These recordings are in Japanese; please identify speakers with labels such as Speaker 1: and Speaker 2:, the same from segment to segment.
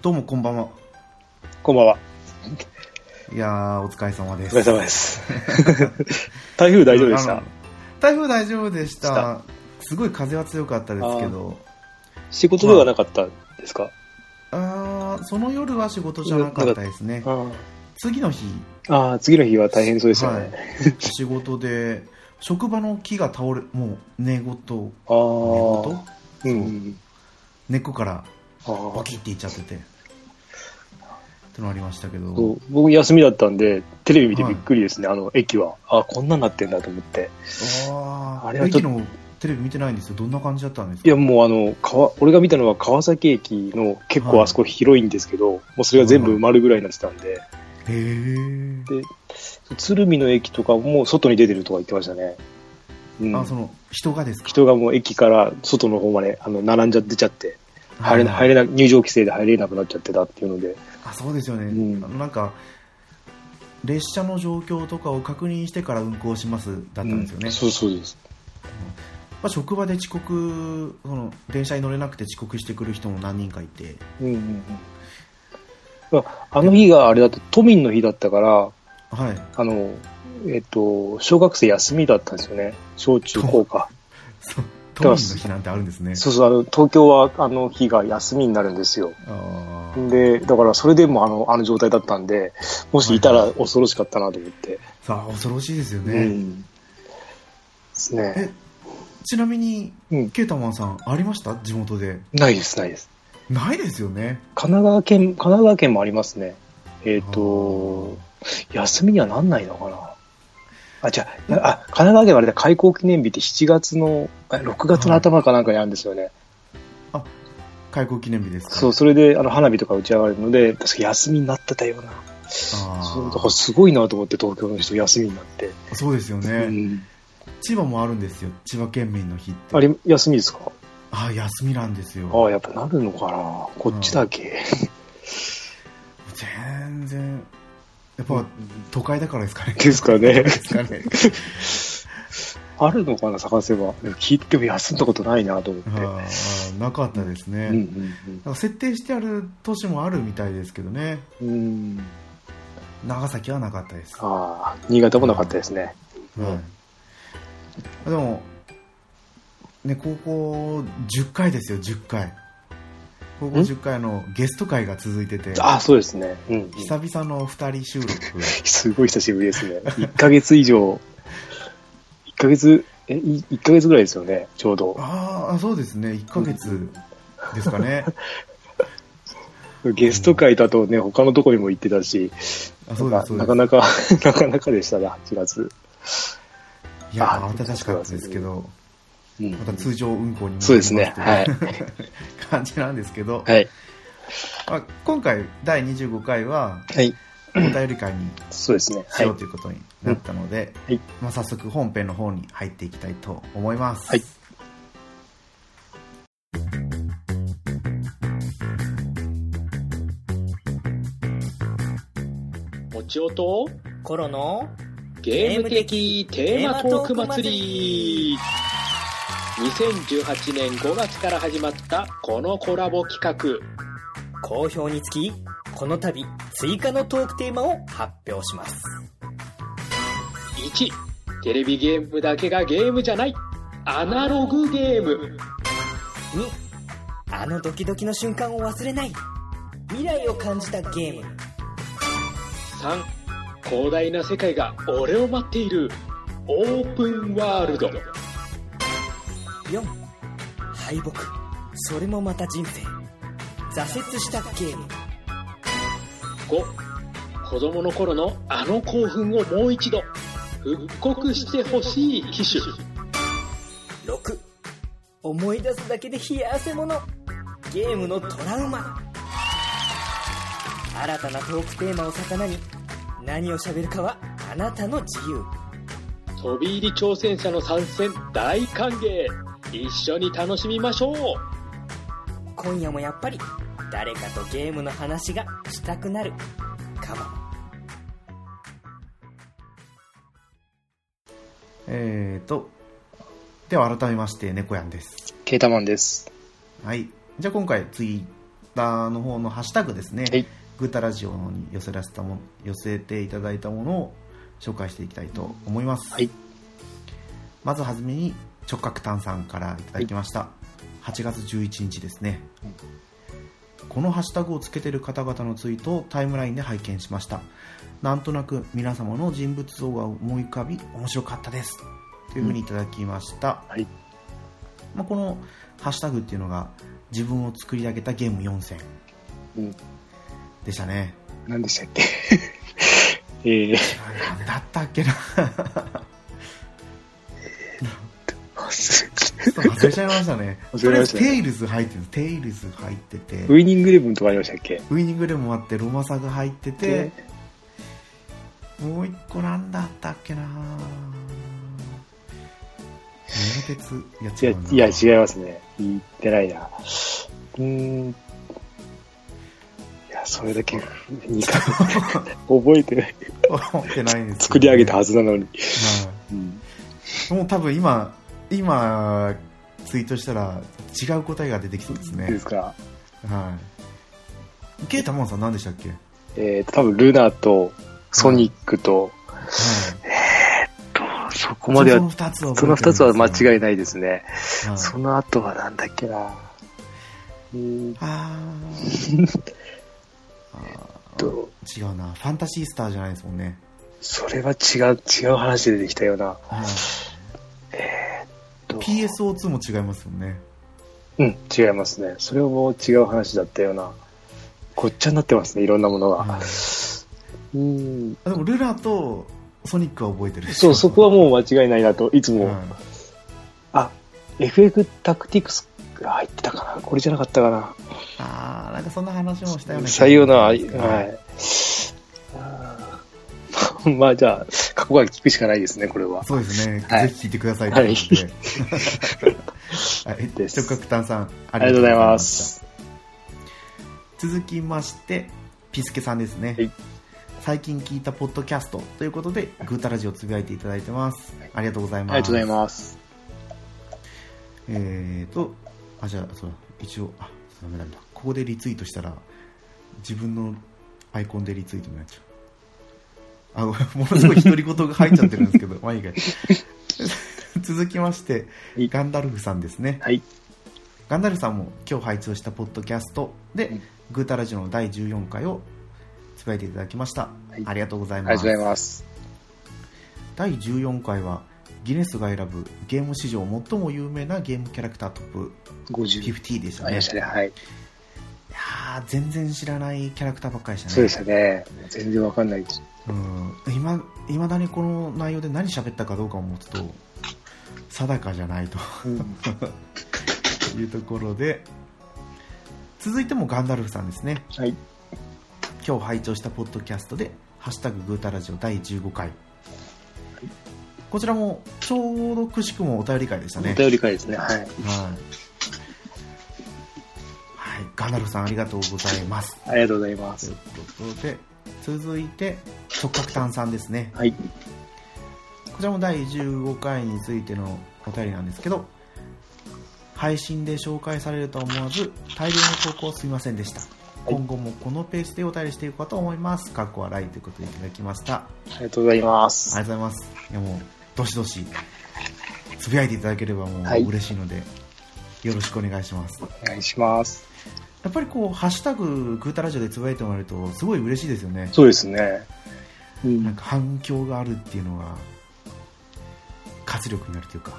Speaker 1: どうもこんばんは。
Speaker 2: こんばんは。
Speaker 1: いやー、お疲れ様で
Speaker 2: お
Speaker 1: す。
Speaker 2: 疲れ様です。 台風大丈夫でし
Speaker 1: あ
Speaker 2: た
Speaker 1: の台風大丈夫でし。
Speaker 2: した
Speaker 1: すごい風は強かったですけど、
Speaker 2: 仕事ではなかったですか、
Speaker 1: あー、その夜は仕事じゃなかったですね。次の日、
Speaker 2: ああ、次の日は大変そうですよね。
Speaker 1: はい、仕事で、職場の木が倒れ、もう寝言、寝
Speaker 2: あ
Speaker 1: 言
Speaker 2: あ、うん。
Speaker 1: 根っこから
Speaker 2: あ
Speaker 1: バ
Speaker 2: ー
Speaker 1: キっていっちゃってて。ってのありましたけど。
Speaker 2: そう僕休みだったんで、テレビ見てびっくりですね、あの駅は。あこんなんなってんだと思って。
Speaker 1: あ
Speaker 2: あれ
Speaker 1: ー、
Speaker 2: はち
Speaker 1: 駅
Speaker 2: ょっと
Speaker 1: のテレビ見てないんですよ。どんな感じだったんです
Speaker 2: い
Speaker 1: か
Speaker 2: や、もうあの、川、俺が見たのは川崎駅の結構あそこ広いんですけど、もうそれが全部埋まるぐらいになってたんで、
Speaker 1: へー。
Speaker 2: 鶴見の駅とかも外に出てるとか言ってましたね。うん、
Speaker 1: あ、その、人がですか
Speaker 2: 人がもう駅から外の方まであの並んじゃ出ちゃって入れな入
Speaker 1: れ
Speaker 2: れな入場規制で入れなくなっちゃってたっていうので
Speaker 1: あそうですよね、
Speaker 2: うん
Speaker 1: あのなんか列車の状況とかを確認してから運行しますだったんですよね、
Speaker 2: うんそうそうです
Speaker 1: まあ、職場で遅刻その電車に乗れなくて遅刻してくる人も何人かいて
Speaker 2: うんうんうんああの日があれだと都民の日だったから
Speaker 1: はい
Speaker 2: あのえっと小学生休みだったんですよね小中高か
Speaker 1: そう都民の日なんてあるんですね
Speaker 2: そうそうあの東京はあの日が休みになるんですよ
Speaker 1: あー
Speaker 2: でだからそれでもあのあの状態だったんでもしいたら恐ろしかったなと思って、
Speaker 1: さあ恐ろしいですよね、
Speaker 2: うんですね
Speaker 1: えちなみに
Speaker 2: うん
Speaker 1: ケータマンさんありました地元で
Speaker 2: ないですないです
Speaker 1: ないですよね
Speaker 2: 神奈川県、神奈川県もありますね。えっ、と、休みにはなんないのかな。あ、じゃあ、あ、神奈川県はあれだ、開港記念日って7月の、あ6月の頭かなんかにあるんですよね。
Speaker 1: 開港記念日ですか
Speaker 2: そう、それで、あの、花火とか打ち上がるので、確か休みになってたような。
Speaker 1: あ
Speaker 2: そう、だから
Speaker 1: ー
Speaker 2: すごいなと思って、東京の人休みになって。
Speaker 1: そうですよね、
Speaker 2: うん。
Speaker 1: 千葉もあるんですよ千葉県民の日って
Speaker 2: あれ、休みですか
Speaker 1: あー休みなんですよ
Speaker 2: ああ、やっぱなるのかな。こっちだけ。
Speaker 1: 全然やっぱ都会だからですかね
Speaker 2: ですかね。
Speaker 1: ですか ね
Speaker 2: あるのかな、探せば。でも聞いても休んだことないなと思って。
Speaker 1: あーあーなかったですね、
Speaker 2: うんうんうん
Speaker 1: なんか設定してある都市もあるみたいですけどね
Speaker 2: うん。
Speaker 1: 長崎はなかったです、は
Speaker 2: ああ、新潟もなかったですね。
Speaker 1: い、でもね高校10回ですよ10回高校
Speaker 2: ん
Speaker 1: 10回のゲスト会が続いてて
Speaker 2: ああ、そうですね。うん。
Speaker 1: 久々の2人収録が
Speaker 2: すごい久しぶりですね。1ヶ月以上、1ヶ月、え、い1ヶ月ぐらいですよね、ちょうど。
Speaker 1: ああそうですね1ヶ月ですかね
Speaker 2: ゲスト会だとね、他のとこにも行ってたし、
Speaker 1: あそうで
Speaker 2: な
Speaker 1: すそ
Speaker 2: か
Speaker 1: う
Speaker 2: な
Speaker 1: です
Speaker 2: かなか、 なかなかでしたね、8月。
Speaker 1: いや
Speaker 2: あ
Speaker 1: ー
Speaker 2: ー
Speaker 1: 暖かかったですけど
Speaker 2: うん。
Speaker 1: また通常運行に戻ります
Speaker 2: そうですね。
Speaker 1: という
Speaker 2: はい。
Speaker 1: 感じなんですけど、
Speaker 2: はい。
Speaker 1: まあ、今回第25回 は
Speaker 2: はい。
Speaker 1: お便り会に
Speaker 2: そうですね。
Speaker 1: し
Speaker 2: はい
Speaker 1: よう。ということになったので、
Speaker 2: はい
Speaker 1: まあ、早速本編の方に入っていきたいと思います、
Speaker 2: はい
Speaker 3: もちおと
Speaker 4: コロの
Speaker 3: ゲーム的テーマトーク祭り2018年5月から始まったこのコラボ企
Speaker 4: 好評につきこの度追加のトークテーマを発表します
Speaker 3: 画1テレビゲームだけがゲームじゃないアナログゲーム
Speaker 4: 2あのドキドキの瞬間を忘れない未来を感じたゲーム
Speaker 3: 3広大な世界が俺を待っているオープンワールド
Speaker 4: 4敗北それもまた人生挫折したゲーム
Speaker 3: 5子供の頃のあの興奮をもう一度復刻してほしい機種
Speaker 4: 6思い出すだけで冷や汗ものゲームのトラウマ新たなトークテーマを魚に何を喋るかはあなたの自由
Speaker 3: 飛び入り挑戦者の参戦大歓迎一緒に楽しみましょう
Speaker 4: 今夜もやっぱり誰かとゲームの話がしたくなるかも
Speaker 1: えーとでは改めまして猫やんです
Speaker 2: ケータマンです。
Speaker 1: はいじゃあ今回追ターの方のハッシュタグですね、
Speaker 2: はい
Speaker 1: グータラジオに寄せらせたもの寄せていただいたものを紹介していきたいと思います、
Speaker 2: はい
Speaker 1: まずはじめに直角炭酸からいただきました、8月11日ですね、このハッシュタグをつけてる方々のツイートをタイムラインで拝見しましたなんとなく皆様の人物像が思い浮かび面白かったですというふうにいただきました、
Speaker 2: はい
Speaker 1: まあ、このハッシュタグっていうのが自分を作り上げたゲーム4選
Speaker 2: うん
Speaker 1: でしたね、
Speaker 2: 何でしたっけ えー、
Speaker 1: あれなんだったっけな ちょっと忘れちゃいましたね
Speaker 2: 忘れましたね
Speaker 1: とりあえずテイルズ入ってるテイルズ入ってて
Speaker 2: ウイニングイレブンとかありましたっけ
Speaker 1: ウイニングレモンあってロマサが入ってて
Speaker 2: で
Speaker 1: もう一個なんだったっけな桃鉄い
Speaker 2: い
Speaker 1: や違うな
Speaker 2: や、いや、違いますね。言ってないな。うーん。いや、それだけ、二回、覚えてない。
Speaker 1: 思ってないんですよね
Speaker 2: 作り上げたはずなのに。
Speaker 1: は
Speaker 2: うん。
Speaker 1: いもう多分今今ツイートしたら違う答えが出てきそうです
Speaker 2: いいで
Speaker 1: ね
Speaker 2: すか。
Speaker 1: はいケイタモンさん何でしたっけ、はい、
Speaker 2: えっ、と、多分ルナと、ソニックと、そこまでは、
Speaker 1: その2つは
Speaker 2: その二つは間
Speaker 1: い、
Speaker 2: 違いないですね。
Speaker 1: はい
Speaker 2: その後はなんだっけな。うーん
Speaker 1: あーあー
Speaker 2: と、
Speaker 1: 違うなファンタシースターじゃないですもんね、
Speaker 2: それは違う、違う話でできたような。
Speaker 1: はい
Speaker 2: と
Speaker 1: PSO2 も違いますよね
Speaker 2: うん、違いますね。それも違う話だったような。ごっちゃになってますね、いろんなものが。うん。
Speaker 1: あでもルラとソニックは覚えてる
Speaker 2: そう、そこは
Speaker 1: は
Speaker 2: もう間違いないなと、いつも。あ、FF タクティクスが入ってたかなこれじゃなかったかな
Speaker 1: ああなんかそんな話もしたよね
Speaker 2: 採用な、は。
Speaker 1: はい
Speaker 2: あー まあ、じゃあ、過去が聞くしかないですね、これは。
Speaker 1: そうですね、
Speaker 2: はい
Speaker 1: ぜひ聞いてくださいということで、 はい、
Speaker 2: です
Speaker 1: 直角炭酸あ
Speaker 2: ありがとうございます。
Speaker 1: 続きましてピスケさんですね、
Speaker 2: はい
Speaker 1: 最近聞いたポッドキャストということでグータラジオつぶやいていただいてますありがとうござい
Speaker 2: あ
Speaker 1: ま
Speaker 2: り
Speaker 1: す
Speaker 2: がとうございます。
Speaker 1: えーとあじゃあそうだ一応あダメなんだここでリツイートしたら自分のアイコンでリツイートになっちゃうあごめんものすごい独り言が入っちゃってるんですけ どまあいいか い続きまして
Speaker 2: はい
Speaker 1: ガンダルフさんですね
Speaker 2: はい。
Speaker 1: ガンダルフさんも今日配置をしたポッドキャストで、
Speaker 2: うん
Speaker 1: グータラジオの第14回をつぶやいていただきました、
Speaker 2: はい
Speaker 1: ありがとうござい
Speaker 2: あり
Speaker 1: ま
Speaker 2: が
Speaker 1: す
Speaker 2: とうございます。
Speaker 1: 第14回はギネスが選ぶゲーム史上最も有名なゲームキャラクタートップ
Speaker 2: 50。
Speaker 1: 50でした
Speaker 2: あり
Speaker 1: ね
Speaker 2: ましたね、はい。
Speaker 1: いやー全然知らないキャラクターばっかりでしたね
Speaker 2: そうでしたね。全然わかんないです。
Speaker 1: うん今いまだにこの内容で何喋ったかどうかもちょっと定かじゃないというところで続いてもガンダルフさんですね
Speaker 2: はい。
Speaker 1: 今日拝聴したポッドキャストで「ハッシュタググータラジオ第15回」こちらもちょうどくしくもお便り会でしたね
Speaker 2: お便り会ですね。はい。
Speaker 1: はい、はい、ガンダルフさんありがとうございます
Speaker 2: ありがとうございま
Speaker 1: と
Speaker 2: す
Speaker 1: いう。ことで続いて直角炭酸ですね
Speaker 2: はい。
Speaker 1: こちらも第15回についてのお便りなんですけど配信で紹介されるとは思わず大量の投稿すみませんでした
Speaker 2: い
Speaker 1: 今後もこのペースでお便りしていこうと思いますかっこ笑いということでいただきましたあ
Speaker 2: ありがとうございま
Speaker 1: り
Speaker 2: す。
Speaker 1: がとうございますいやもうどしどしつぶやいていただければも
Speaker 2: はいう
Speaker 1: 嬉しいので、よろしくお願いします
Speaker 2: お願いします。
Speaker 1: やっぱりこう「ハッシュタググータラジオ」でつぶやいてもらえるとすごい嬉しいですよね
Speaker 2: そうですね。う
Speaker 1: なん
Speaker 2: ん。
Speaker 1: か反響があるっていうのが活力になるというか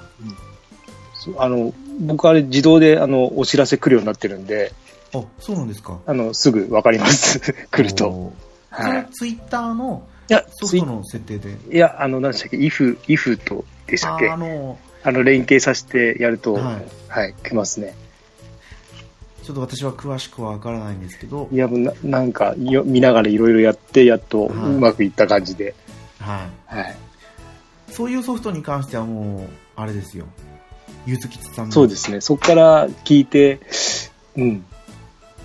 Speaker 2: そうあの、僕あれ自動で、あの、お知らせ来るようになってるんで、
Speaker 1: あそうなんですか
Speaker 2: あの、すぐわかります。 来ると。
Speaker 1: おーそ
Speaker 2: は
Speaker 1: れ
Speaker 2: い。
Speaker 1: ツイッターの
Speaker 2: いや、
Speaker 1: ソ
Speaker 2: ツ
Speaker 1: フ
Speaker 2: イ
Speaker 1: トの設定で
Speaker 2: いや、あの、何でしたっけ、if、if とでした
Speaker 1: あ
Speaker 2: っけ
Speaker 1: ーあの
Speaker 2: あの、連携させてやると、
Speaker 1: は
Speaker 2: はい、来ますね。
Speaker 1: ちょっと私は詳しくは分からないんですけど
Speaker 2: い、や、もうななんか、よ見ながらいろいろやって、やっとう
Speaker 1: はい
Speaker 2: まくいった感じで、
Speaker 1: は
Speaker 2: はい。
Speaker 1: い、そういうソフトに関してはもうあれですよゆずきつさんの
Speaker 2: そうですね。そこから聞いて、うん。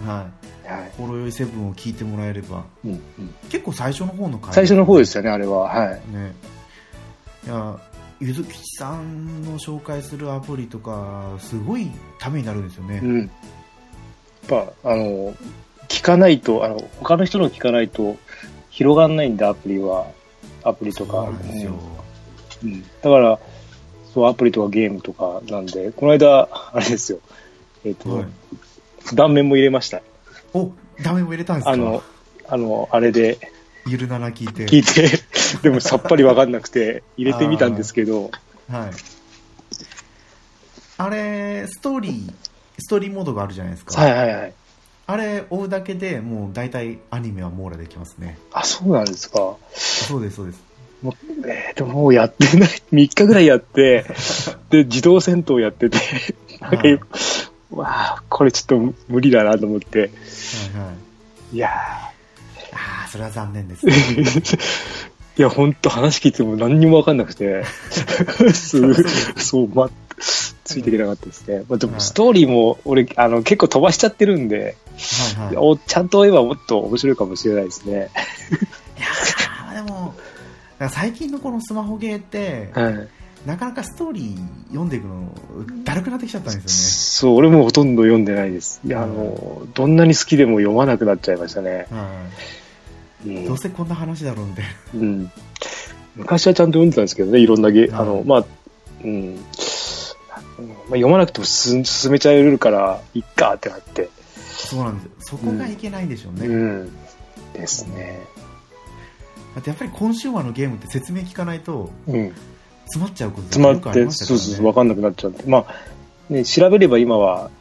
Speaker 1: はい
Speaker 2: はい。
Speaker 1: 「ほろよいセブン」を聞いてもらえれば
Speaker 2: うんうん、
Speaker 1: 結構最初の方の回
Speaker 2: 最初の方ですすよね、あれは。はい。
Speaker 1: ねいやゆずきちさんの紹介するアプリとかすごいためになるんですよね、
Speaker 2: うん。ぱ、あの、聞かないと、あの、他の人の聞かないと、広がんないんで、アプリは。アプリとか。
Speaker 1: そうなんですよ。
Speaker 2: うんだから、そう、アプリとかゲームとかなんで、この間、あれですよ。えっ、と、
Speaker 1: はい。
Speaker 2: 断面も入れました。
Speaker 1: お、ダメも入れたんですか
Speaker 2: あの、あの、あれで
Speaker 1: ゆるなら聞いて。
Speaker 2: 聞いて、でもさっぱりわかんなくて、入れてみたんですけど、
Speaker 1: はい。あれ、ストーリー、ストーリーモードがあるじゃないですか。
Speaker 2: はいはいはい。
Speaker 1: あれ、追うだけでもう大体アニメは網羅できますね。
Speaker 2: あ、そうなんですか。
Speaker 1: そうです、そうです。
Speaker 2: えっ、と、もうやってない、3日 ぐらいやって、で、自動戦闘やってて、なんか、
Speaker 1: はいは
Speaker 2: わあ、これちょっと無理だなと思って、
Speaker 1: いはい。
Speaker 2: いや
Speaker 1: ああ、それは残念です ね。
Speaker 2: ーいや、ほんと話聞いても何にもわかんなく て、すぐそう、ま、ついていけなかったですね。まあ、で
Speaker 1: は
Speaker 2: も、
Speaker 1: い
Speaker 2: ストーリーも、俺、あの、結構飛ばしちゃってるんで、
Speaker 1: はいはい。
Speaker 2: おちゃんと言えばもっと面白いかもしれないですね。
Speaker 1: いやーでも、なんか最近のこのスマホゲーって、
Speaker 2: はい。
Speaker 1: なかなかストーリー読んでいくの、だるくなってきちゃったんです
Speaker 2: そう、俺もほとんど読んでないです。いや、あの、どんなに好きでも読まなくなっちゃいましたね。
Speaker 1: よね。は
Speaker 2: う
Speaker 1: い。
Speaker 2: ん
Speaker 1: どうせこんな話だろうみたいな。
Speaker 2: うん、昔はちゃんと読んでたんですけどね、いろんなゲ、
Speaker 1: うん
Speaker 2: あの、まあ、うん、まあ読まなくても進進めちゃえるから、いっかってなって。
Speaker 1: そうなんですよ。そこがいけないんでしょうね。
Speaker 2: うん。ですね。
Speaker 1: だってやっぱりコンシューマーのゲームって説明聞かないと、
Speaker 2: うん。
Speaker 1: 詰まっちゃうこと
Speaker 2: 詰ま
Speaker 1: よく
Speaker 2: っ
Speaker 1: あり
Speaker 2: て、
Speaker 1: ましたか
Speaker 2: そう
Speaker 1: らね
Speaker 2: そうそう、わかんなくなっちゃうんで。まあ、ね、調べれば今は、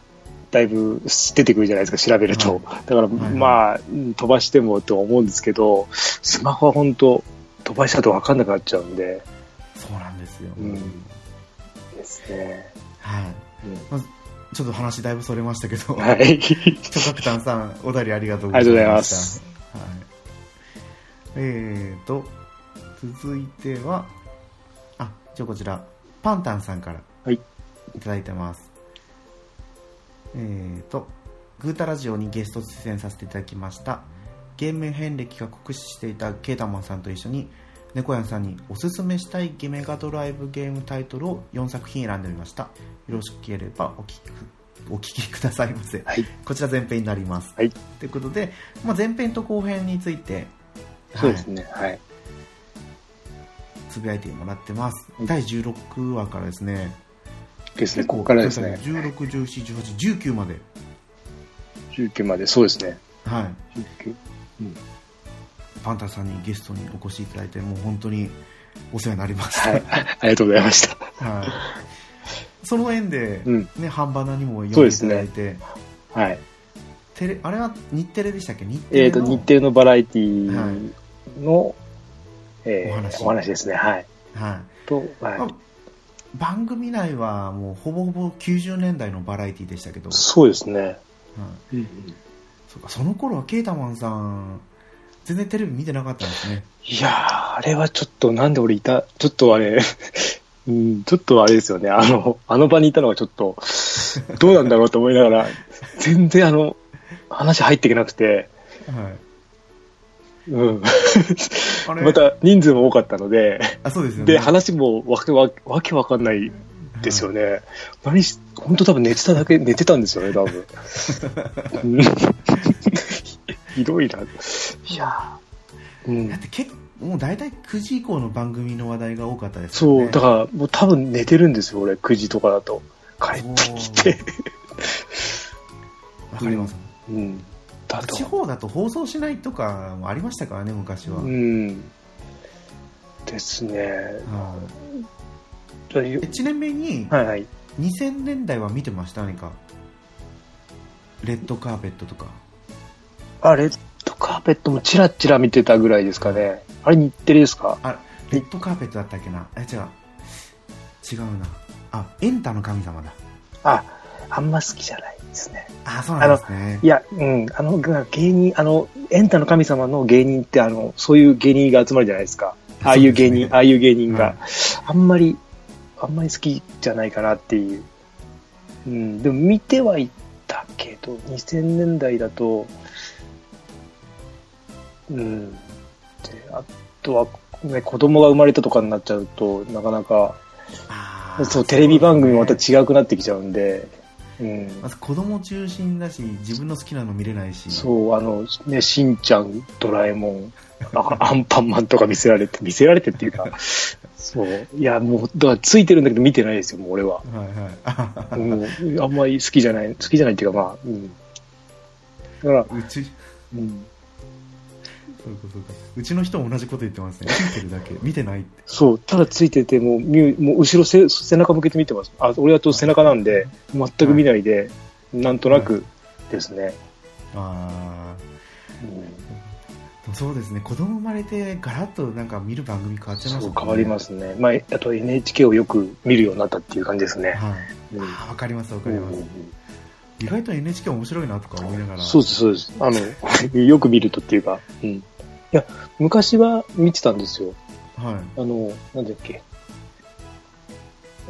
Speaker 2: だいぶ出てくるじゃないですか、調べると。だから、
Speaker 1: はい
Speaker 2: まあ、うん飛ばしてもと思うんですけど、スマホは本当飛ばしたとわかんなくなっちゃうんで。
Speaker 1: そうなんですよ。
Speaker 2: うんですね。
Speaker 1: はい。
Speaker 2: う
Speaker 1: ちょっと話だいぶそれましたけど、
Speaker 2: ん、はい。
Speaker 1: 巨角炭さん、おだりありがとうご
Speaker 2: あ
Speaker 1: ざ
Speaker 2: りが
Speaker 1: い
Speaker 2: と
Speaker 1: う
Speaker 2: ございま
Speaker 1: ました。
Speaker 2: す。
Speaker 1: はい、えーと、続いては、あ、じゃあこちら、パンタンさんから、
Speaker 2: はい
Speaker 1: ただいてます。えーと、グータラジオにゲスト出演させていただきました、ゲーム遍歴が酷使していたケータマンさんと一緒に、猫やんさんにおすすめしたいゲメガドライブゲームタイトルを4作品選んでみました。よろしければお聞きくお聞きくださいませ。
Speaker 2: はい
Speaker 1: こちら前編になります。
Speaker 2: はい
Speaker 1: ということで、まあ、前編と後編について、
Speaker 2: そうですね。はい。
Speaker 1: はい、つぶやいてもらってます。
Speaker 2: はい
Speaker 1: 第16話からですね、
Speaker 2: ですね。ここからですね。
Speaker 1: 16、17、18、19まで、
Speaker 2: 19まで、そうですね。
Speaker 1: はい、
Speaker 2: 19
Speaker 1: パンタさんにゲストにお越しいただいて、もう本当にお世話になりました。
Speaker 2: は
Speaker 1: はい
Speaker 2: い。ありがとうございました。
Speaker 1: その縁で、
Speaker 2: う
Speaker 1: ね、
Speaker 2: ん。
Speaker 1: 半ばなにも読んでいただいて、
Speaker 2: はい。
Speaker 1: テレあれは日テレでしたっけ日テ
Speaker 2: え
Speaker 1: レ
Speaker 2: っ、と、
Speaker 1: の、
Speaker 2: 日程のバラエティ
Speaker 1: は
Speaker 2: の、え
Speaker 1: お
Speaker 2: ーお
Speaker 1: 話
Speaker 2: 話ですね。はい。
Speaker 1: はい
Speaker 2: と、はい。
Speaker 1: あ番組内はもうほぼほぼ90年代のバラエティでしたけど、
Speaker 2: そうですね。
Speaker 1: はいそうかその頃はケータマンさん全然テレビ見てなかったんですね
Speaker 2: いやー、あれはちょっと、なんで俺いた、ちょっとあれ、 うん、ちょっとあれですよね。あの、あの場にいたのがちょっと、どうなんだろうと思いながら、 全然あの、話入っていけなくて、
Speaker 1: はい
Speaker 2: うん。
Speaker 1: あれ
Speaker 2: また人数も多かったので、
Speaker 1: あそうですよね
Speaker 2: で、話もわけわわけわかんないですよ
Speaker 1: ね、
Speaker 2: ね。何し、本当多分寝てただけ、寝てたんですよね、多分。うん ひどいな。いやーう
Speaker 1: だっ
Speaker 2: ん。
Speaker 1: て結もう大体9時以降の番組の話題が多かったですよ
Speaker 2: そ
Speaker 1: ね
Speaker 2: う、だからもう多分寝てるんですよ、俺、9時とかだと。帰ってきて。
Speaker 1: わかります、
Speaker 2: うん。だと
Speaker 1: 地。方だと放送しないとかもありましたからね昔は、
Speaker 2: う
Speaker 1: はい
Speaker 2: ん。ですね。じゃあよ
Speaker 1: えちなみに
Speaker 2: はいはい。
Speaker 1: 2000年代は見てました何かレッドカーペットとか
Speaker 2: あ、レッドカーペットもチラチラ見てたぐらいですかね。あれ日テレですか
Speaker 1: あレッドカーペットだったっけなえ違う違うなあエンタの神様だ
Speaker 2: あ、あんま好きじゃないですね。
Speaker 1: あそうなんですね
Speaker 2: いや、うん、あの、が芸人、あの、エンタの神様の芸人って、あの、そういう芸人が集まるじゃないですか。ああいう芸人、
Speaker 1: そうですね
Speaker 2: ああいう芸人が、
Speaker 1: はい
Speaker 2: あんまり、あんまり好きじゃないかなっていう。うん、でも見てはいたけど、2000年代だと、うん、であとは、ね、子供が生まれたとかになっちゃうと、なかなか、
Speaker 1: あー
Speaker 2: そう、テレビ番組もまた違くなってきちゃうんで、うん、
Speaker 1: まず子供中心だし自分の好きなの見れないし
Speaker 2: そう、あの、ね、しんちゃん、ドラえもん、あアンパンマンとか見せられて、見せられてっていうか、そう、いや、もう、だからついてるんだけど見てないですよ、もう俺は。
Speaker 1: はいは
Speaker 2: う
Speaker 1: い、
Speaker 2: ん、あんまり好きじゃない、好きじゃないっていうか、まあ、うん。だから、
Speaker 1: うち
Speaker 2: うん、
Speaker 1: そういうことかうちの人も同じこと言ってますね見てるだけ見てないって
Speaker 2: そう、ただついてて、もう、みゅもう後ろ背、背中向けて見てます。あ、俺はと背中なんで、全く見ないで、なんとなくですね。
Speaker 1: あ
Speaker 2: うん
Speaker 1: あそうですね子供生まれてガラッとなんか見る番組変わっちゃいますもん
Speaker 2: そう
Speaker 1: ね
Speaker 2: 変わりますね。まあ、あと NHK をよく見るようになったっていう感じですね。
Speaker 1: はい
Speaker 2: うん
Speaker 1: あーわかりますわかります、意外と NHK 面白いなとか思いながら
Speaker 2: そうです、そうです。あの、 よく見るとっていうか、うん。いや、昔は見てたんですよ。
Speaker 1: は
Speaker 2: あの、なんだっけ。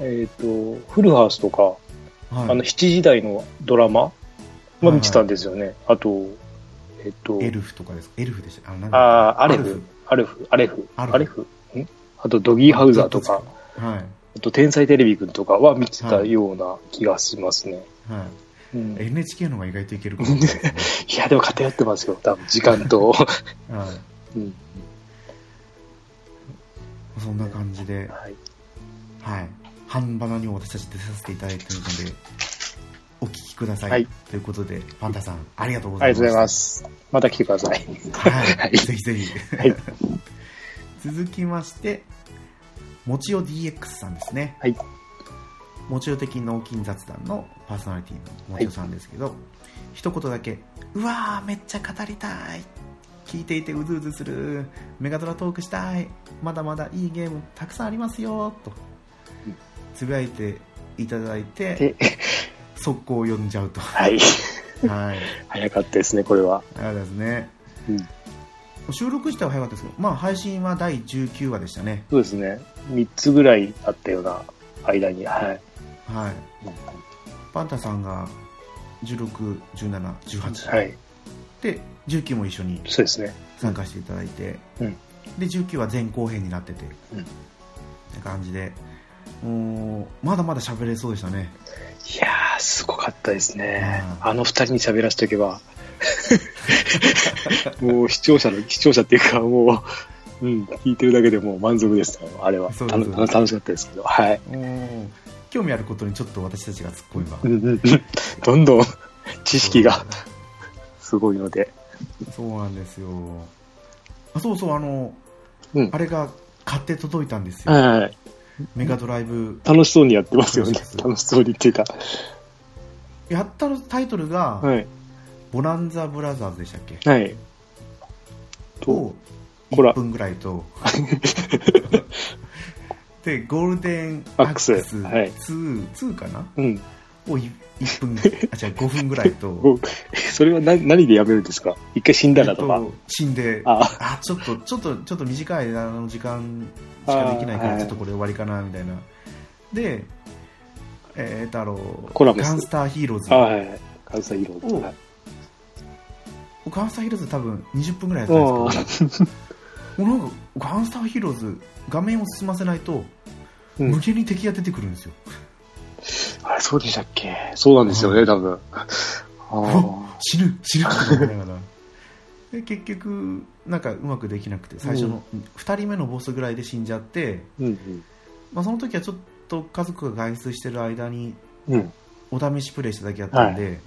Speaker 2: えっ、と、フルハウスとか、
Speaker 1: い、はい、
Speaker 2: あの、7時台のドラマ
Speaker 1: は
Speaker 2: はい見てたんですよね。あと、えっ、と、
Speaker 1: エルフとかですエルフでしたあなんだ
Speaker 2: あーアレ
Speaker 1: アレ
Speaker 2: フ
Speaker 1: フ、
Speaker 2: アレフ、アレフ、
Speaker 1: アレフ
Speaker 2: アレフ、んあと、ドギーハウザーとか、
Speaker 1: は
Speaker 2: あと、天才テレビくんとかは見てたような気がしますね。
Speaker 1: い、はい
Speaker 2: うん、い
Speaker 1: NHK の方が意外といけるかもしれないです
Speaker 2: や、でも偏ってますよ。多分、時 間と。
Speaker 1: ね、は
Speaker 2: うん、
Speaker 1: い、そんな感じで、
Speaker 2: はい。
Speaker 1: はい、半ばなにも私たち出させていただいているのでお聞きください、
Speaker 2: はい
Speaker 1: ということでパンタさんありがとうご
Speaker 2: あ
Speaker 1: ざい
Speaker 2: り
Speaker 1: ま
Speaker 2: が
Speaker 1: す
Speaker 2: とうございます。また来てください。
Speaker 1: は、
Speaker 2: はいい
Speaker 1: ぜひぜひ、
Speaker 2: はい
Speaker 1: 続きましてもちお DX さんですね
Speaker 2: はい
Speaker 1: もちお的脳筋雑談のパーソナリティのもちおさんですけど、一言だけ「うわーめっちゃ語りたい」聞いていてうずうずするメガドラトークしたいまだまだいいゲームたくさんありますよと
Speaker 2: うん
Speaker 1: つぶやいていただいて
Speaker 2: で
Speaker 1: 速攻を呼んじゃうと
Speaker 2: はい。
Speaker 1: はい
Speaker 2: 早かったですね、これは。
Speaker 1: あれですね、
Speaker 2: うん
Speaker 1: 収録自体は早かったですけど、まあ、配信は第19話でしたね、
Speaker 2: そうですね。3つぐらいあったような間に。はい。
Speaker 1: はい、パンタさんが16、17、18、
Speaker 2: はい。
Speaker 1: で19も一緒に
Speaker 2: そうですね。
Speaker 1: 参加していただいて、
Speaker 2: うん
Speaker 1: で19は前後編になってて、
Speaker 2: うん
Speaker 1: って感じでもうまだまだ喋れそうでしたね
Speaker 2: いやー、すごかったですね
Speaker 1: う。ん
Speaker 2: あの2人に喋らせておけば。 もう視聴者の、視聴者っていうか、もう、うん、聞いてるだけでもう満足です。あれは。
Speaker 1: そう
Speaker 2: た
Speaker 1: そう
Speaker 2: の楽楽しかったですけど。はい。
Speaker 1: もう興味あることにちょっと私たちが突っ込めば
Speaker 2: うんうんうん どんどん知識がすごいので。
Speaker 1: そうなんですよあそうそうあの、
Speaker 2: うん
Speaker 1: あれが買って届いたんですよ、
Speaker 2: はい。
Speaker 1: メガドライブ
Speaker 2: 楽しそうにやってますよね
Speaker 1: 楽しそう。です
Speaker 2: 楽しそうにっていうか。
Speaker 1: やったタイトルが、
Speaker 2: はい。
Speaker 1: ボランザブラザーズでしたっけ
Speaker 2: はい。と、
Speaker 1: を
Speaker 2: コラ
Speaker 1: 1分ぐらい とでゴールデン
Speaker 2: ア
Speaker 1: アッ
Speaker 2: ック
Speaker 1: ク
Speaker 2: ス
Speaker 1: ス
Speaker 2: はい
Speaker 1: 2、2かな
Speaker 2: うん。
Speaker 1: を 1, 分あ違う5分ぐらいと
Speaker 2: ごそれは何何でやめるんですか一回死んだらとか。
Speaker 1: えっと死んであ
Speaker 2: あ
Speaker 1: ちょっとちょっとちょっと短い間の時間しかできないか
Speaker 2: あー
Speaker 1: ら
Speaker 2: はい
Speaker 1: ちょっとこれ終わりかなみたいなでえー、とあ
Speaker 2: コラ
Speaker 1: の
Speaker 2: ボ
Speaker 1: ガンスターヒーローズ
Speaker 2: あ、はい。関西色
Speaker 1: お
Speaker 2: はい
Speaker 1: ガンスターヒーローズ多分20分ぐらいやったんですけど
Speaker 2: あー
Speaker 1: もうなんかガンスターヒーローズ画面を進ませないと
Speaker 2: うん
Speaker 1: 無限に敵が出てくるんですよ、
Speaker 2: あれ、そうでしたっけそうなんですよね、多分。ああ。
Speaker 1: 死ぬ死ぬと思いながら で結局なんかうまくできなくて最初の2人目のボスぐらいで死んじゃって、
Speaker 2: うん
Speaker 1: まあ、その時はちょっと家族が外出してる間に
Speaker 2: うん。うん。
Speaker 1: お試しプレイしただけだったんで、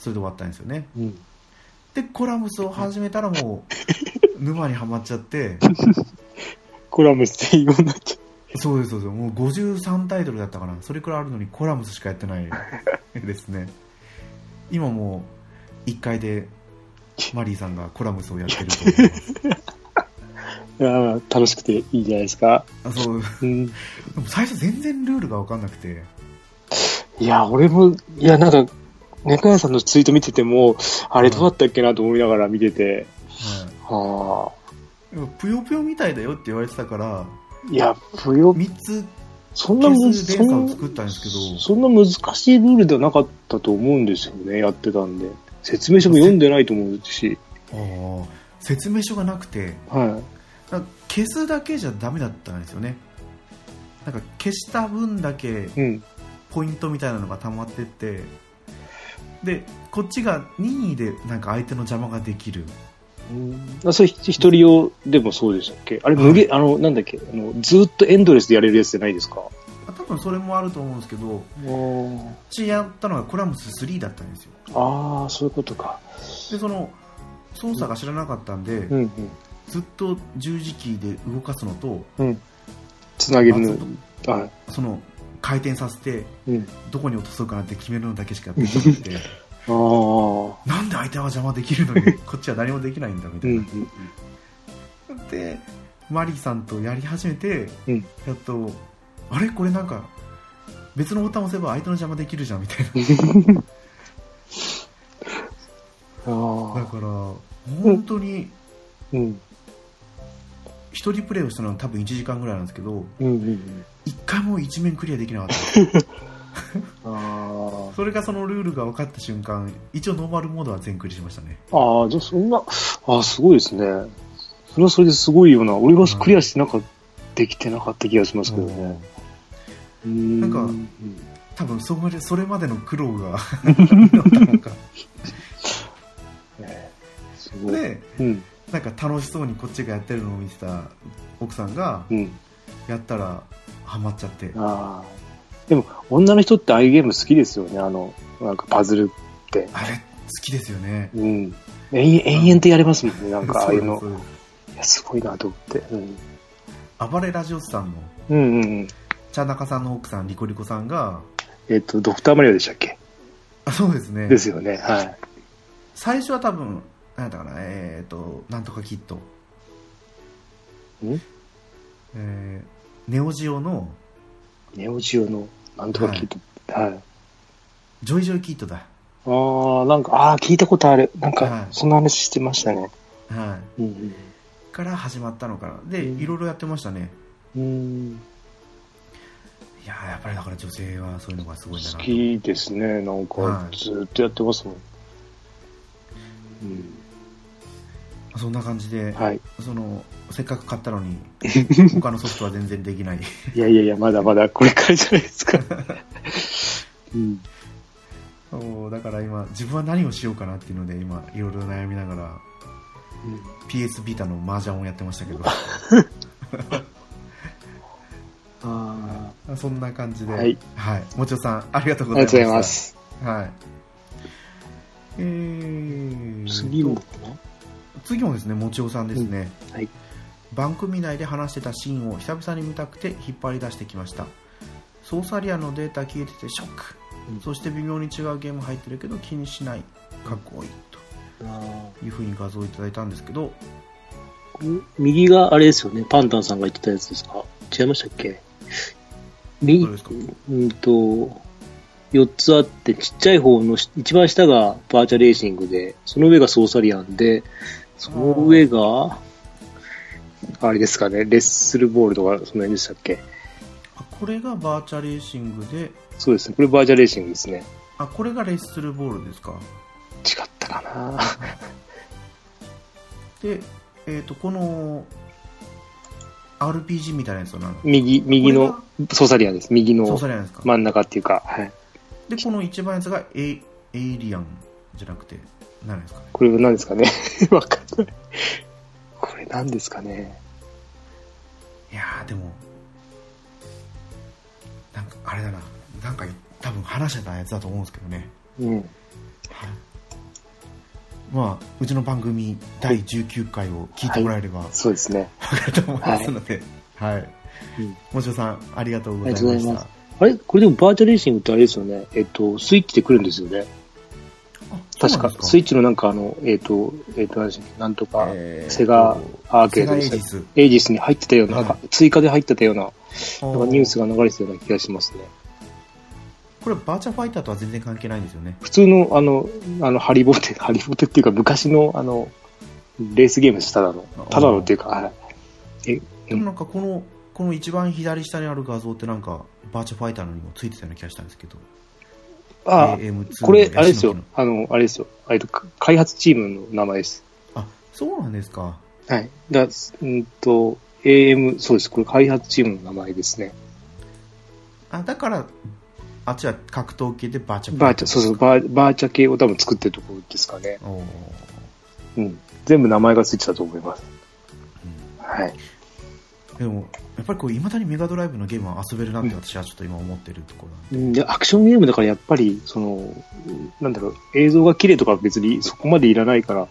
Speaker 1: それで終わったんですよね
Speaker 2: うん。
Speaker 1: でコラムスを始めたら もう沼にはまっちゃって
Speaker 2: コラム専用になっちゃ
Speaker 1: そうですそうですもう53タイトルだったかなそれくらいあるのにコラムスしかやって ないですね今もう1階でマリーさんがコラムスをやってると思 います
Speaker 2: う。いやー楽しくていいじゃないですか。
Speaker 1: あそう
Speaker 2: うん。
Speaker 1: でも最初全然ルールが分かんなくて
Speaker 2: いや、俺も、いや、なんか、猫屋さんのツイート見てても、あれどうだったっけなと思いながら見てて、あ
Speaker 1: はいぷよぷよみたいだよって言われてたから
Speaker 2: あ、いや、不要、
Speaker 1: 3つ
Speaker 2: そんな
Speaker 1: 消
Speaker 2: 難し
Speaker 1: す
Speaker 2: い、
Speaker 1: 連
Speaker 2: そ
Speaker 1: 鎖
Speaker 2: ん
Speaker 1: を作ったんですけど
Speaker 2: そんな難しいルールではなかったと思うんですよね、やってたんで。説明書も読んでないと思うし、
Speaker 1: ああ説明書がなくて
Speaker 2: は
Speaker 1: なんか消すだけじゃダメだったんですよねなんか消した分だけ
Speaker 2: い。うん。
Speaker 1: ポイントみたいなのが溜まってってでこっちが任意でなんか相手の邪魔ができる
Speaker 2: あそれひ一人用でもそうでしたっけあれ、無限、あの、なんだっけあの、ずーっとエンドレスでやれるやつじゃないですか。
Speaker 1: あ多分それもあると思うんですけど私やったのがコラムス3だったんですよ
Speaker 2: ああ、そういうことか。
Speaker 1: でその操作が知らなかったんで、
Speaker 2: うんうん。
Speaker 1: ずっと十字キーで動かすのと
Speaker 2: つなげるの
Speaker 1: ま。
Speaker 2: は
Speaker 1: その回転させて
Speaker 2: い。うん。
Speaker 1: どこに落とそうかなって決めるのだけしかやってなく て
Speaker 2: ああ。
Speaker 1: なんで相手は邪魔できるのにこっちは何もできないんだみた
Speaker 2: う
Speaker 1: い
Speaker 2: んう
Speaker 1: な、
Speaker 2: ん。
Speaker 1: でマリーさんとやり始めて、
Speaker 2: うん
Speaker 1: やっとあれこれなんか別のボタン押せば相手の邪魔できるじゃんみたいなだ
Speaker 2: ああ。
Speaker 1: から本当に
Speaker 2: うん。
Speaker 1: 一人プレイをしたのは多分1時間ぐらいなんですけど
Speaker 2: うんうんうん。
Speaker 1: 一回も一面クリアできなかった
Speaker 2: あ
Speaker 1: それがそのルールが分かった瞬間一応ノーマルモードは全クリしましたね
Speaker 2: あ。ああ、じゃあそんな、ああ、すごいですね。それはそれですごいような。俺がクリアしてなんか、できてなかった気がしますけどね。うん。
Speaker 1: なんか
Speaker 2: うん
Speaker 1: 多分それそれまでの苦労 が何だったのか
Speaker 2: すごい。
Speaker 1: で
Speaker 2: うん。
Speaker 1: なんか楽しそうにこっちがやってるのを見てた奥さんが
Speaker 2: うん。
Speaker 1: やったらハマっちゃって
Speaker 2: ああ。でも、女の人ってああいうゲーム好きですよね。あの、なんかパズル。
Speaker 1: あれ好きですよね
Speaker 2: うん。延々、延々とやれますもんね。なんか、ああいうの
Speaker 1: そ。うです
Speaker 2: いやすごいなと思って。うん。
Speaker 1: 暴れラジオスさんの
Speaker 2: うんうんうん。
Speaker 1: 茶中さんの奥さんリコリコさんが
Speaker 2: えっ、と、ドクターマリオでしたっけ
Speaker 1: あそうですね
Speaker 2: ですよね。はい。
Speaker 1: 最初は多分何だったかなえっ、となんとかキット
Speaker 2: ん
Speaker 1: えーネオジオの
Speaker 2: ネオジオの、なんとか聞いた。はい。
Speaker 1: ジョイジョイキットだ
Speaker 2: ああ、なんか、ああ、聞いたことある。なん
Speaker 1: はい
Speaker 2: か、そんな話してましたね。
Speaker 1: は
Speaker 2: うん
Speaker 1: いから始まったのかなで
Speaker 2: うん
Speaker 1: いろいろやってましたね
Speaker 2: うん。うん。
Speaker 1: いやーやっぱりだから女性はそういうのがすごいんだ
Speaker 2: 好
Speaker 1: な
Speaker 2: きですね。なんか
Speaker 1: は、い
Speaker 2: ずーっとやってますもん。うん。
Speaker 1: そんな感じで、
Speaker 2: はい。
Speaker 1: そのせっかく買ったの に他のソフトは全然できない
Speaker 2: いやいやいや、まだまだこれからじゃないで すか。うん。
Speaker 1: そうだから今自分は何をしようかなっていうので今いろいろ悩みながら PS ビータの麻雀をやってました けど
Speaker 2: あ
Speaker 1: そんな感じでは
Speaker 2: はい、
Speaker 1: もちろさんありがとう
Speaker 2: あ
Speaker 1: ご
Speaker 2: り
Speaker 1: ざいました
Speaker 2: がとうございます。
Speaker 1: はいえー、
Speaker 2: 次もかな
Speaker 1: 次もですねもちおさんですね、
Speaker 2: うんはい
Speaker 1: 番組内で話してたシーンを久々に見たくて引っ張り出してきましたソーサリアのデータ消えててショック、
Speaker 2: うん
Speaker 1: そして微妙に違うゲーム入ってるけど気にしないかっこいいというふうに画像をいただいたんですけど
Speaker 5: 右があれですよね、パンダンさんが言ってたやつですか違いましたっけ右、
Speaker 1: どれ
Speaker 5: う
Speaker 1: ですか
Speaker 5: んと、4つあって、ちっちゃい方のし一番下がバーチャレーシングで、その上がソーサリアンで、その上が、あれですかね、レッスルボールとかその辺でしたっけ
Speaker 1: あこれがバーチャレーシングで
Speaker 5: そうですね、これバーチャレーシングですね。
Speaker 1: あこれがレッスルボールですか
Speaker 5: 違ったかな
Speaker 1: で、えー、とこの RPG みたいなやつは何
Speaker 5: 右、右
Speaker 1: こ
Speaker 5: の、ソーサリアンです。右
Speaker 1: ソー
Speaker 5: の
Speaker 1: サリアンですか、
Speaker 5: 真ん中っていうか、はい。
Speaker 1: でこの一番やつがエイエイリアンじゃなくて何ですかね
Speaker 5: これは何ですかね わかんない。これ何ですかね
Speaker 1: いやーでもなんかあれだななんか多分話してたやつだと思うんですけどね
Speaker 5: うん。
Speaker 1: はいまあうちの番組第19回を聞いてもらえれば、
Speaker 5: そうですね。
Speaker 1: 分かると思いますのではい、
Speaker 5: うん
Speaker 1: もちろさんありがとうございま
Speaker 5: ありがとう
Speaker 1: し
Speaker 5: ございあ
Speaker 1: た
Speaker 5: れこれでもバーチャレーシングってあれですよね。えっと、スイッチで来るんですよね。
Speaker 1: あ
Speaker 5: 確
Speaker 1: そうなん
Speaker 5: か
Speaker 1: です。
Speaker 5: スイッチのなんかあの、えっと、えっと、何でしたっけなんとか、
Speaker 1: えー
Speaker 5: セガアーケードで
Speaker 1: セ
Speaker 5: したっ
Speaker 1: ガエイジス
Speaker 5: けエイジスに入ってたような、なんか追加で入ってたような、なんかニュース
Speaker 1: が
Speaker 5: が流れてたような気がしますね。
Speaker 1: これバーチャファイターとは全然関係ないんですよね
Speaker 5: 普通の、あの、あの、ハリボテ、 ハリボテっていうか、昔の、あの、レースゲームです、ただの
Speaker 1: あ。
Speaker 5: ただのっていうか、はい。
Speaker 1: でもなんかこのこの一番左下にある画像ってなんかバーチャファイターのにもついてたような気がしたんですけど
Speaker 5: ああ、
Speaker 1: AM2
Speaker 5: これ、あれですよ
Speaker 1: の。
Speaker 5: あの、あれですよ。えっと、か開発チームの名前です。
Speaker 1: あそうなんですか
Speaker 5: はい。だ、うんと、AM、そうです。これ開発チームの名前ですね。
Speaker 1: あだからあっちは格闘系でバーチャ
Speaker 2: バーチャ、そうそう、バーバーチャ系を多分作ってるところですかね。
Speaker 1: おおー、うん
Speaker 2: うん。全部名前がついてたと思います。はい。
Speaker 1: でもやっぱりこういまだにメガドライブのゲームは遊べるなって私はちょっと今思ってるところなんで
Speaker 2: うんで、アクションゲームだからやっぱり、その、うんなんだろう、映像が綺麗とかは別にそこまでいらないから、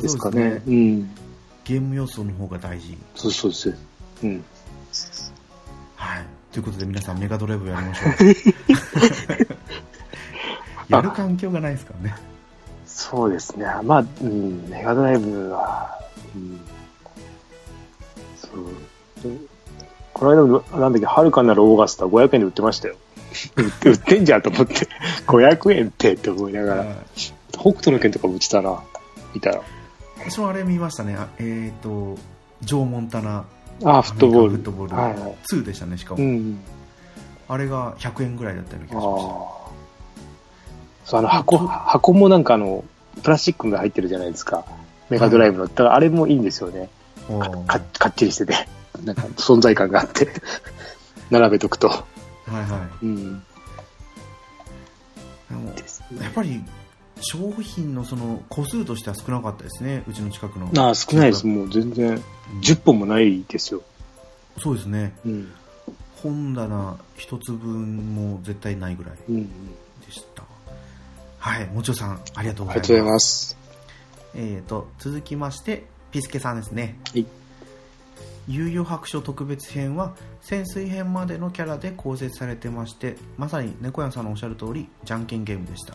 Speaker 2: ですかね。
Speaker 1: そう
Speaker 2: うん。
Speaker 1: ゲーム要素の方が大事
Speaker 2: そうそうです。うん。
Speaker 1: はいということで皆さんメガドライブやりまし ょう やる環境がないですからね
Speaker 2: そうですね。まあ、うん、メガドライブは、うん。そう。でこの間も、なんだっけ、はるかなるオーガスタ500円で売ってま したよ。売って売ってんじゃんと思って、500円ってって思いながら、北斗の拳とかも売ってたな、見たら。
Speaker 1: 私もあれ見ましたねあえっ、とジョー・モンタナ
Speaker 2: ああ、フットボール。
Speaker 1: フットボール、
Speaker 2: はいはい。
Speaker 1: 2でしたねしかも、
Speaker 2: うん。
Speaker 1: あれが100円ぐらいだったような気
Speaker 2: ああ
Speaker 1: がしました
Speaker 2: そうあの箱箱もなんかあのプラスチックが入ってるじゃないですかメガドライブのだからあれもいいんですよね
Speaker 1: お
Speaker 2: か
Speaker 1: ー
Speaker 2: かかっちりしててなんか存在感があって 並べとくと、
Speaker 1: はいは
Speaker 2: うん、
Speaker 1: いでも
Speaker 2: です
Speaker 1: やっぱり商品のその個数としては少なかったですねうちの近くの
Speaker 2: ああ少ないですもう全
Speaker 1: う
Speaker 2: 然
Speaker 1: ん
Speaker 2: 10本もないですよ、
Speaker 1: そうですね
Speaker 2: うん
Speaker 1: 本棚一つ分も絶対ないぐらい
Speaker 2: うん、
Speaker 1: でしたはいもちろさんありがとう
Speaker 2: あ
Speaker 1: ご
Speaker 2: り
Speaker 1: ざい
Speaker 2: が
Speaker 1: ま
Speaker 2: とう
Speaker 1: す
Speaker 2: ございます
Speaker 1: えー、と続きましてピスケさんですね
Speaker 2: はい
Speaker 1: 幽遊白書特別編は潜水編までのキャラで構成されてましてまさに猫屋さんのおっしゃる通りじゃんけんゲームでした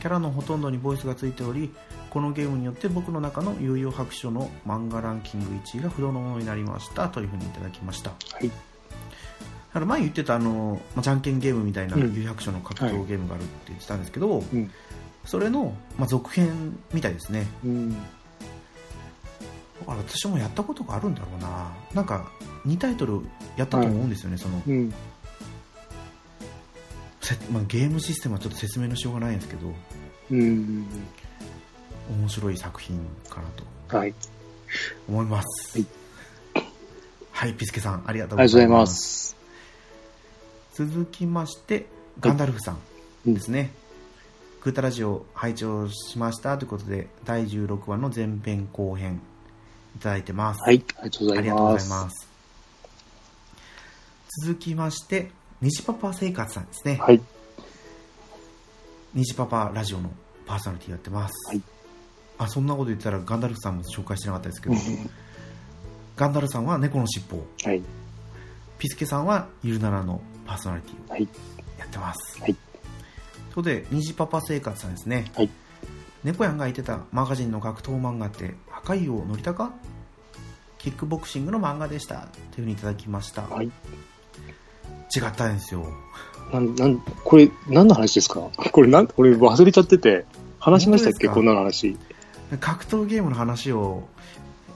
Speaker 1: キャラのほとんどにボイスがついておりこのゲームによって僕の中の幽遊白書の漫画ランキング1位が不動のものになりましたというふうにいただきました
Speaker 2: はい
Speaker 1: あの前言ってたあの、まあ、じゃんけんゲームみたいな
Speaker 2: うん
Speaker 1: 有白書の格闘ゲームがあるって言ってたんですけど、
Speaker 2: うん
Speaker 1: それの、まあ、続編みたいですね
Speaker 2: うん
Speaker 1: だから私もやったことがあるんだろうななんか2タイトルやったと思うんですよね、その
Speaker 2: うん
Speaker 1: せまあ、ゲームシステムはちょっと説明のしようがないんですけど
Speaker 2: うん
Speaker 1: 面白い作品かなと
Speaker 2: はい
Speaker 1: 思います
Speaker 2: はい、
Speaker 1: はい、ピスケさんありがとう
Speaker 2: ありが
Speaker 1: ご
Speaker 2: とうご
Speaker 1: ざ
Speaker 2: ざ
Speaker 1: い
Speaker 2: い
Speaker 1: ま
Speaker 2: ますす
Speaker 1: 続きましてガンダルフさんですね、グータラジオ拝聴しましたということで第16話の前編後編いただいてます
Speaker 2: はいありがとうご
Speaker 1: あ
Speaker 2: ざい
Speaker 1: りがとうご
Speaker 2: ま
Speaker 1: ざい
Speaker 2: す
Speaker 1: ます続きまして虹パパ生活さんですね、
Speaker 2: はい
Speaker 1: 虹パパラジオのパーソナリティやってます、
Speaker 2: はい
Speaker 1: あそんなこと言ってたらガンダルフさんも紹介してなかったですけどガンダルフさんは猫の尻尾
Speaker 2: はい
Speaker 1: ピスケさんはゆるならのパーソナリティを
Speaker 2: はい
Speaker 1: やってます、
Speaker 2: はい
Speaker 1: ということで虹パパ生活さんですね、
Speaker 2: はい
Speaker 1: 猫やんが言ってたマガジンの格闘漫画って破壊王のりたかキックボクシングの漫画でしたというふうにいただきました、
Speaker 2: はい
Speaker 1: 違ったんですよ
Speaker 2: なん、なん、これ、何の話ですか これ、なん、俺忘れちゃってて、話しましたっ
Speaker 1: 本当です
Speaker 2: け
Speaker 1: か
Speaker 2: こんなの話。
Speaker 1: 格闘ゲームの話を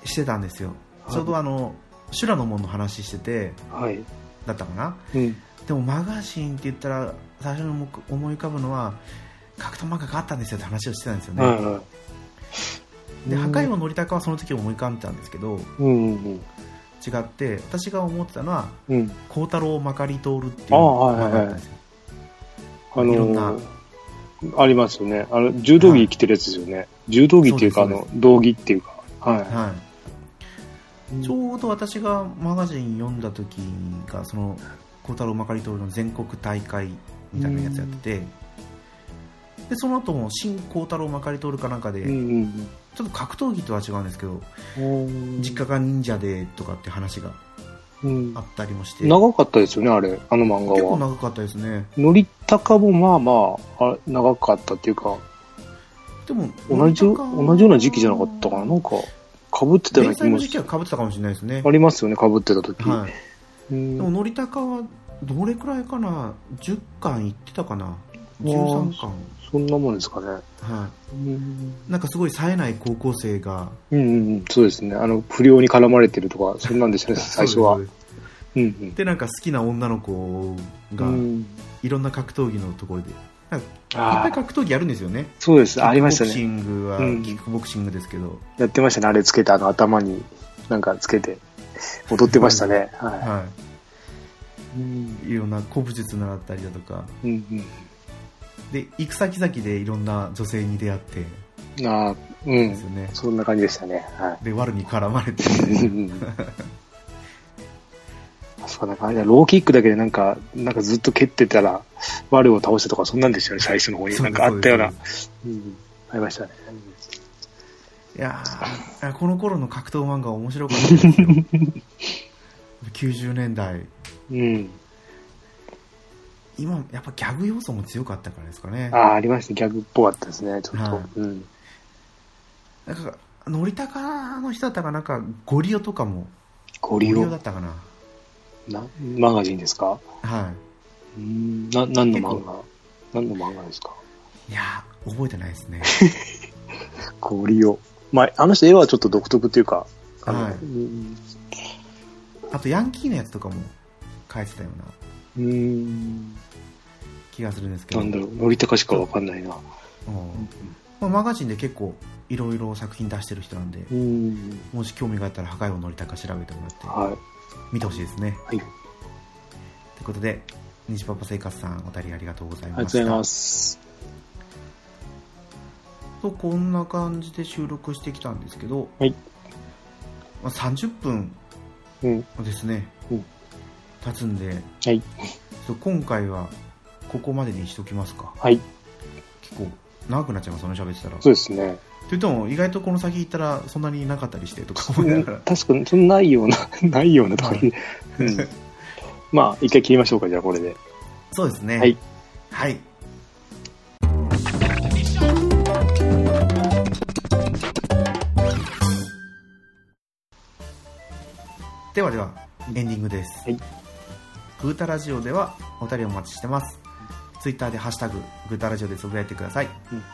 Speaker 1: してたんですよ、
Speaker 2: はい
Speaker 1: ちょうどあの修羅の門の話してて
Speaker 2: はい。
Speaker 1: だったかな
Speaker 2: うん。
Speaker 1: でもマガジンって言ったら最初に思い浮かぶのは格闘漫画があったんですよって話をしてたんですよね、
Speaker 2: はいはい。
Speaker 1: で
Speaker 2: うん
Speaker 1: 破壊王のりたかはその時思い浮かんでたんですけど
Speaker 2: うんうん
Speaker 1: 違って私が思ってたのは
Speaker 2: うん。うん。
Speaker 1: 孝太郎まかり通るっていう
Speaker 2: ああはいは
Speaker 1: 漫画だっ
Speaker 2: いはい
Speaker 1: たんですよ
Speaker 2: あ
Speaker 1: いろんな
Speaker 2: のー、ありますよね。あの、柔道着着てるやつですよね。柔道着っていうか、あ
Speaker 1: そうです
Speaker 2: の、道着っていうか。は。
Speaker 1: はいい、ちょうど私がマガジン読んだ時がその孝太郎まかり通るの全国大会みたいなやつやっててでその後も新孝太郎まかり通るかなんかで、
Speaker 2: うんうん
Speaker 1: ちょっと格闘技とは違うんですけど
Speaker 2: うん。
Speaker 1: 実家が忍者でとかって話が
Speaker 2: うん
Speaker 1: あ。ったりもして結
Speaker 2: 長かったですよね、あれ、あの漫画
Speaker 1: 構
Speaker 2: は。
Speaker 1: 長かったですね
Speaker 2: のりたかもまあまああ、長かったっていうか、
Speaker 1: でも
Speaker 2: 同じよ、同じような時期じゃなかったかな、なんか、被ってたよ
Speaker 1: 連
Speaker 2: うな気
Speaker 1: 載の
Speaker 2: も
Speaker 1: 時期はかぶってたかもしれないですね
Speaker 2: あ、りますよね、被ってた時。
Speaker 1: は
Speaker 2: う
Speaker 1: い、
Speaker 2: ん
Speaker 1: でも乗りたかはどれくらいかな10巻いってたかな
Speaker 2: わあ
Speaker 1: 13巻
Speaker 2: そんなもんですかね。
Speaker 1: は
Speaker 2: うん、
Speaker 1: い、なんかすごい冴えない高校生が
Speaker 2: うん、うん、そうですね。あの、不良に絡まれてるとか、そんなんです よね、最初は。
Speaker 1: そう
Speaker 2: う、
Speaker 1: ですそうん
Speaker 2: う
Speaker 1: で
Speaker 2: ん
Speaker 1: す。でなんか好きな女の子が
Speaker 2: うん、
Speaker 1: いろんな格闘技のところでいっ
Speaker 2: あ
Speaker 1: ぱい
Speaker 2: あ、
Speaker 1: 格闘技やるんですよね
Speaker 2: そうです。ありました
Speaker 1: キック
Speaker 2: ね。
Speaker 1: ボクシングは
Speaker 2: うん
Speaker 1: キックボクシングですけど、
Speaker 2: やってましたね。あれつけて、あの、頭に、なんかつけて、踊ってましたね。はい。
Speaker 1: はい
Speaker 2: うん。
Speaker 1: いろんな古武術習ったりだとか
Speaker 2: うん。
Speaker 1: で行く先々でいろんな女性に出会って
Speaker 2: うん。ああ、う
Speaker 1: です
Speaker 2: ん。
Speaker 1: よね、
Speaker 2: そんな感じでしたね。は
Speaker 1: で悪に絡まれて
Speaker 2: い。 あそうかなんかあれだローキックだけでなんか、なんかずっと蹴ってたら、悪を倒したとか、そんなんですよね、最初の方に。 なんかあったような
Speaker 1: そう。です
Speaker 2: うん。ありましたね。
Speaker 1: いやーこの頃の格闘漫画面白かったですよ 90年代
Speaker 2: うん。
Speaker 1: 今やっぱギャグ要素も強かったからですかね
Speaker 2: ああ、ありました。ギャグっぽかったですね、ちょっ
Speaker 1: は
Speaker 2: と。うん。
Speaker 1: なんか乗りたかの人だったかなんかゴリオとかも
Speaker 2: ゴ
Speaker 1: ゴ
Speaker 2: リ
Speaker 1: リ
Speaker 2: オ
Speaker 1: オだったかな
Speaker 2: なマガジンですか
Speaker 1: は
Speaker 2: うん。な、何の漫画何の漫画ですか
Speaker 1: いいやー覚えてないです ね
Speaker 2: ゴリオ。まあ、あの人絵はちょっと独特っていうか、あの
Speaker 1: はい
Speaker 2: うん
Speaker 1: あとヤンキーのやつとかも書いてたような
Speaker 2: うん、
Speaker 1: 気がするんですけ
Speaker 2: な
Speaker 1: ど
Speaker 2: んだろう、のりたかしかわかんないな。
Speaker 1: うんまあ、マガジンで結構いろいろ作品出してる人なんで
Speaker 2: うん。
Speaker 1: もし興味があったら破壊王のりたか調べてもらって
Speaker 2: は
Speaker 1: 見てほしいですね
Speaker 2: はい
Speaker 1: ということで西パパ生活さんお便りありがとうござい
Speaker 2: い。ありがと
Speaker 1: ました
Speaker 2: うございます。
Speaker 1: とこんな感じで収録してきたんですけど、
Speaker 2: はい
Speaker 1: まあ、30分
Speaker 2: うん。
Speaker 1: ですね、
Speaker 2: うん
Speaker 1: 経つんで
Speaker 2: はい。
Speaker 1: そう今回はここまでにしときますか
Speaker 2: はい。
Speaker 1: 結構長くなっちゃいますよね喋ってたら
Speaker 2: そうですね。
Speaker 1: といっても意外とこの先行ったらそんなになかったりしてとか思いながら
Speaker 2: 確かに、そんなないような、ないようなとこに。うん。まあ、一回切りましょうか、じゃあこれで。
Speaker 1: そうですね
Speaker 2: はい、
Speaker 1: はいではではエンディングです、
Speaker 2: はい
Speaker 1: グータラジオではお便りお待ちしてますツイッターで「ハッシュタググータラジオ」でつぶやいてください、
Speaker 2: うん
Speaker 1: こ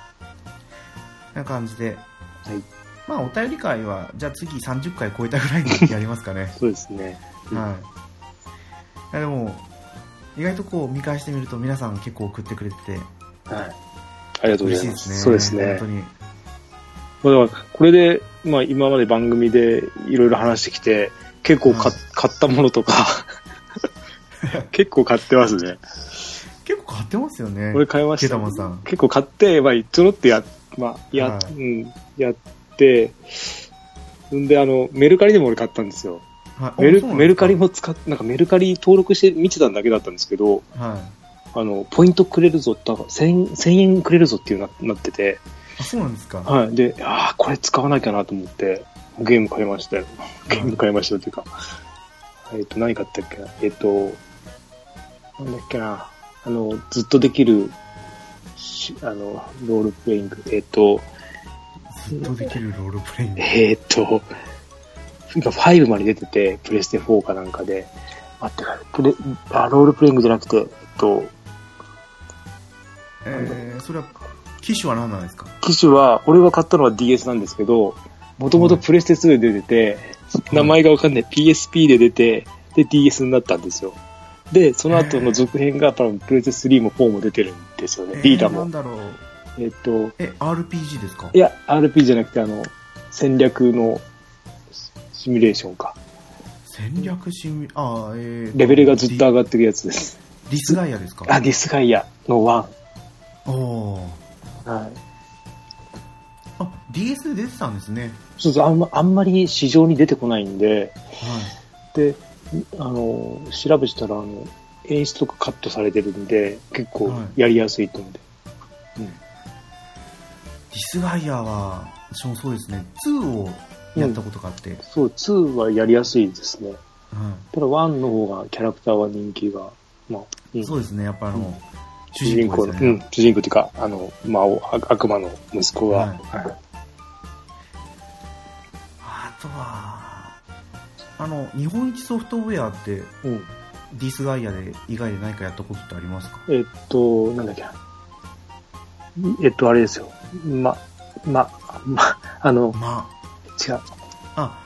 Speaker 1: んな感じで、
Speaker 2: はい
Speaker 1: まあお便り会はじゃあ次30回超えたぐらいにやりますかね
Speaker 2: そうですね。うん
Speaker 1: はい、いやでも意外とこう見返してみると皆さん結構送ってくれてて
Speaker 2: はい。ありがとうご
Speaker 1: 嬉
Speaker 2: ざ
Speaker 1: し
Speaker 2: い
Speaker 1: い
Speaker 2: ま
Speaker 1: です
Speaker 2: す。
Speaker 1: ね
Speaker 2: そうですね
Speaker 1: 本当。に
Speaker 2: まあ、だからこれで、まあ、今まで番組でいろいろ話してきて、結構か、
Speaker 1: うん
Speaker 2: 買ったものとか、結構買ってますね。
Speaker 1: 結構買ってますよね
Speaker 2: これ買いまし
Speaker 1: ケ
Speaker 2: た
Speaker 1: タ。マンさん
Speaker 2: 結構買って、まあ、ちょろっとや、まあ、や、
Speaker 1: はい
Speaker 2: うん、やって、んで、あの、メルカリでも俺買ったんですよ。
Speaker 1: はい
Speaker 2: メ
Speaker 1: お
Speaker 2: ル
Speaker 1: そうなんですか
Speaker 2: メルカリも使っ、なんかメルカリ登録して見てただけだったんですけど、
Speaker 1: は
Speaker 2: あの、ポイントくれるぞ、だから1000 1000円くれるぞっていうななってて、
Speaker 1: いあそうなんですか
Speaker 2: はい。で、ああ、これ使わなきゃなと思って、ゲーム買いましたよ。ゲーム買いましたよっていうか、えっと、何買ったっけな。えっと、なんだっけな。あの、ずっとできる、しあの、ロールプレイング。えっと、
Speaker 1: ずっとできるロールプレイング
Speaker 2: えっと、今5まで出てて、プレステ4かなんかで、待ってプレ、あ、ロールプレイングじゃなくて、えっと、
Speaker 1: えー、それは機種は何なんですか
Speaker 2: 機種は、俺が買ったのは DS なんですけど、もともとプレステ2で出て
Speaker 1: う
Speaker 2: て、
Speaker 1: ん
Speaker 2: 名前がわかんない PSP で出て、で DS になったんですよ。で、その後の続編が多分プレステ3も4も出てるんですよね。ビータ
Speaker 1: えー、な
Speaker 2: も
Speaker 1: ん。だろう
Speaker 2: えっと、
Speaker 1: え RPG ですか
Speaker 2: いや、RP じゃなくて、あの、戦略のシミュレーションか。
Speaker 1: 戦略シミュあーえー
Speaker 2: レベルがずっと上
Speaker 1: リ
Speaker 2: がってるやつです。
Speaker 1: リスガイアですか
Speaker 2: あ、ディスガイアの1。
Speaker 1: おおー
Speaker 2: はい。
Speaker 1: あ DS で出てたんですね
Speaker 2: そうそう、あんまあんまり市場に出てこないんで、
Speaker 1: はい
Speaker 2: で、あの、調べてたら、あの、演出とかカットされてるんで、結構
Speaker 1: はい
Speaker 2: やりやすいと思うんで。
Speaker 1: ディスガイアは、私もそうですね、2をやったことがあって、
Speaker 2: そう、2はやりやすいですね。
Speaker 1: は
Speaker 2: ただ1の方が、キャラクターは人気が、まあ、う
Speaker 1: い、
Speaker 2: ん
Speaker 1: そうですね、やっぱあの、
Speaker 2: うん
Speaker 1: 主人公
Speaker 2: の、
Speaker 1: です
Speaker 2: う
Speaker 1: ね、
Speaker 2: ん、主人公っていうか、あの、まあ、お悪悪魔の息子が、
Speaker 1: はい
Speaker 2: は
Speaker 1: あとは、あの、日本一ソフトウェアって、デ
Speaker 2: いうん。
Speaker 1: ィスガイアで以外で何かやったことってありますか
Speaker 2: えっと、なんだっけな。えっと、あれですよ。ま、ま、ま、あの、
Speaker 1: ま、
Speaker 2: 違 う。
Speaker 1: あ、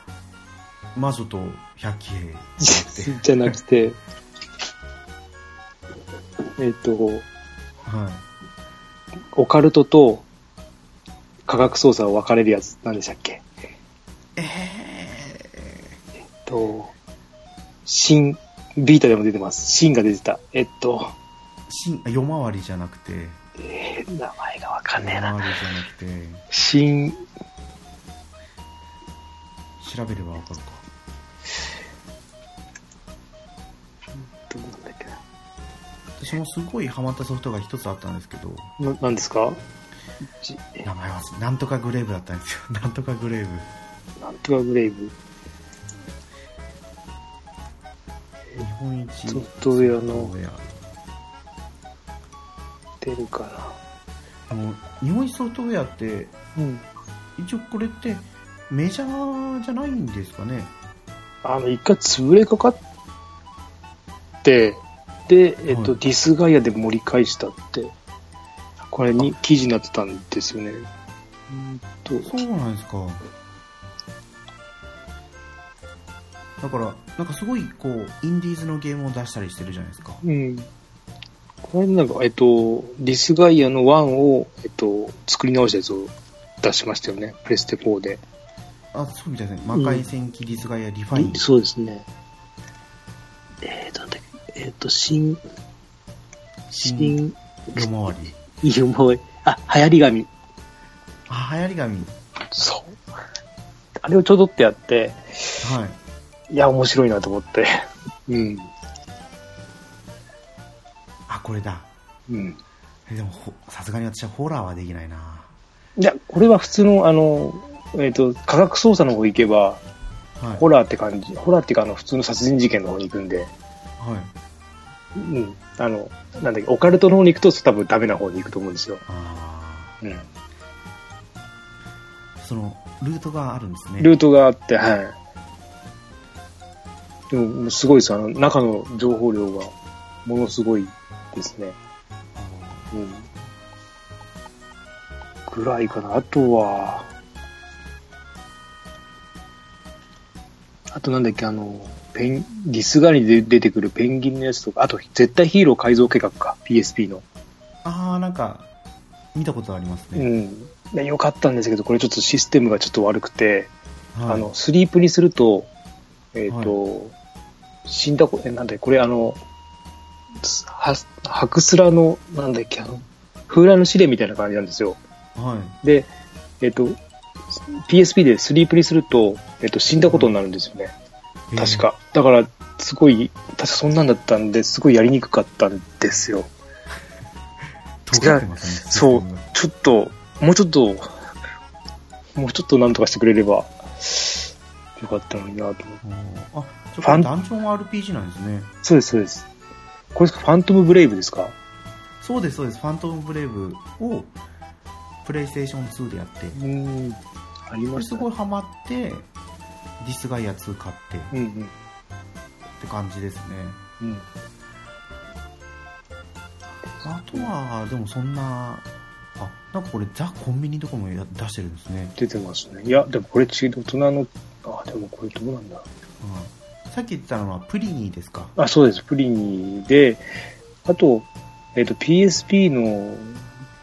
Speaker 1: 魔女と百鬼兵。
Speaker 2: じゃなくて、えっと、
Speaker 1: はい。
Speaker 2: オカルトと科学捜査を分かれるやつ、なんでしたっけ
Speaker 1: え
Speaker 2: と、新、ビータでも出てます。シンが出てた。えっと、
Speaker 1: しん夜回りじゃなくて
Speaker 2: えー名前がわかん
Speaker 1: 夜
Speaker 2: ね
Speaker 1: 回りじゃな
Speaker 2: えな。
Speaker 1: くて
Speaker 2: シン、
Speaker 1: 調べればわかるか
Speaker 2: どうなんだっけ
Speaker 1: 私もすごいハマったソフトが一つあったんですけど
Speaker 2: な。ななんですかじ
Speaker 1: 名前はなんとかグレーブだったんですよ なんとかグレーブ
Speaker 2: なんとかグレイブ。
Speaker 1: 日本一
Speaker 2: ソフトウェアの
Speaker 1: ソフトウェ
Speaker 2: 出るか
Speaker 1: アあの日本一ソフトウェアって
Speaker 2: な。うん。
Speaker 1: 一応これってメジャーじゃないんですかね
Speaker 2: あの、一回潰れかかって、で、えっと、
Speaker 1: はい
Speaker 2: ディスガイアで盛り返したって、これに記事になってたんですよね。うんと、
Speaker 1: そうなんですかだからなんかすごいこうインディーズのゲームを出したりしてるじゃないですか
Speaker 2: うん。これなんか、えっと、ディスガイアの1を、えっと、作り直したやつを出しましたよね。プレステ4で。
Speaker 1: あそうみたいですね魔界戦記ディスガイアリファイン、
Speaker 5: うんそうですね。えー、なんだっけ、えっ、と、新、新、
Speaker 1: 夜回り
Speaker 5: 夜回り、あ、流行り紙。
Speaker 1: あ流行り紙
Speaker 2: そう。あれをちょどってやって、
Speaker 1: はい
Speaker 2: いや、面白いなと思って。うん。
Speaker 1: あこれだ
Speaker 2: うん。
Speaker 1: えでもほさすがに私はホラーはできないない
Speaker 2: や、これは普通の、あの、えっ、と、科学捜査の方行けば、
Speaker 1: はい
Speaker 2: ホラーって感じ、ホラーっていうか、あの、普通の殺人事件の方に行くんで、
Speaker 1: はい
Speaker 2: うん。あの、なんだっけ、オカルトの方に行くと多分ダメな方に行くと思うんですよ。
Speaker 1: あ
Speaker 2: うん。
Speaker 1: ーそのルートがあるんですね
Speaker 2: ルートがあって、はい。でも、もうすごいです。あの、中の情報量が、ものすごいですね。うん。ぐらいかな。あとは、あとなんだっけ、あの、ペン、ディスガリで出てくるペンギンのやつとか、あと、絶対ヒーロー改造計画か、PSP の。
Speaker 1: ああなんか見たことあります
Speaker 2: う
Speaker 1: ね、
Speaker 2: ん。で良かったんですけど、これちょっとシステムがちょっと悪くて、
Speaker 1: はい
Speaker 2: あの、スリープにすると、えっ、と、死んだこ、え、なんだっけこれあの、すは、白スラの、なんだっけ、あの、風来の試練みたいな感じなんですよ。
Speaker 1: はい
Speaker 2: で、えっ、と、PSP でスリープにすると、えっ、と、死んだことになるんですよね。
Speaker 1: えー
Speaker 2: 確か。だから、すごい、確かそんなんだったんで、すごいやりにくかったんですよ。
Speaker 1: 尖ってますね
Speaker 2: そう
Speaker 1: システムが
Speaker 2: ちょっと、もうちょっと、もうちょっとなんとかしてくれれば、よかったのになと思って。
Speaker 1: おーあちょっと
Speaker 2: ファン
Speaker 1: ダンジョン RPG なんですね
Speaker 2: そうです、そうです。これ、ファントムブレイブですか
Speaker 1: そうですそうですファントムブレイブをプレイステーション2でやって
Speaker 2: うん。あり
Speaker 1: こ
Speaker 2: ま
Speaker 1: れ
Speaker 2: し
Speaker 1: す
Speaker 2: た、
Speaker 1: ごいハマってディスガイア2買ってっ
Speaker 2: うんうん。
Speaker 1: て感じですね
Speaker 2: うん。
Speaker 1: あとはでもそんなあなんかこれザ・コンビニとかもや出してるんですね、
Speaker 2: 出てますね。いや、でもこれ、ち大人の、あ、でもこれどうなんだ
Speaker 1: うん、さっき言ってたのはプリニーですか
Speaker 2: あ、そうです。プリニーで、あと、えっ、と、PSP の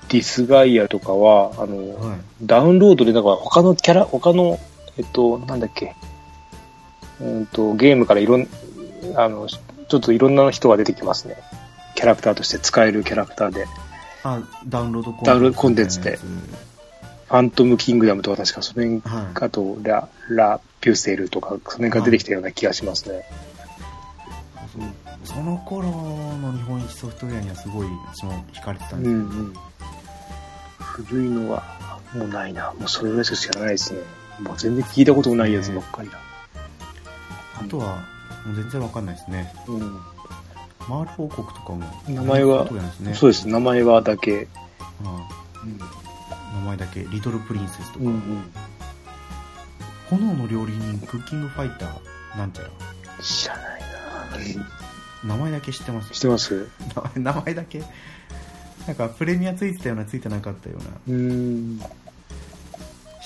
Speaker 2: ディスガイアとかは、あの、
Speaker 1: はい
Speaker 2: ダウンロードで、なんか他のキャラ、他の、えっ、と、なんだっけ、うんと、ゲームからいろん、あの、ちょっといろんな人が出てきますね。キャラクターとして使えるキャラクターで。
Speaker 1: あダウンロードコン
Speaker 2: ダウンロードコンテンツで
Speaker 1: みたいなや
Speaker 2: ファントムキングダムとか確かその辺
Speaker 1: つはい
Speaker 2: あと、ラ、ラ・ピューセルとか、その辺が出てきたような気がしますね。
Speaker 1: そその頃の日本一ソフトウェアにはすごい私も惹かれてた
Speaker 2: うんん
Speaker 1: です、
Speaker 2: うん。古いのは、もうないな。もうそれぐらいしか知らないですね。もう全然聞いたこともないやつばっかりだ。
Speaker 1: あとはもう全然わかんないですね
Speaker 2: う
Speaker 1: マール王国とかも
Speaker 2: 名前は
Speaker 1: そうなんですね
Speaker 2: ん。そうです。名前はだけ。
Speaker 1: う
Speaker 2: うん。
Speaker 1: ん名前だけリトルプリンセスとか、
Speaker 2: うんうん。
Speaker 1: 炎の料理人クッキングファイターなんちゃら
Speaker 2: 知らないな。
Speaker 1: 名前だけ知ってます
Speaker 2: 知ってます
Speaker 1: 名前名前だけなんかプレミアついてたようなついてなかったような
Speaker 2: うん。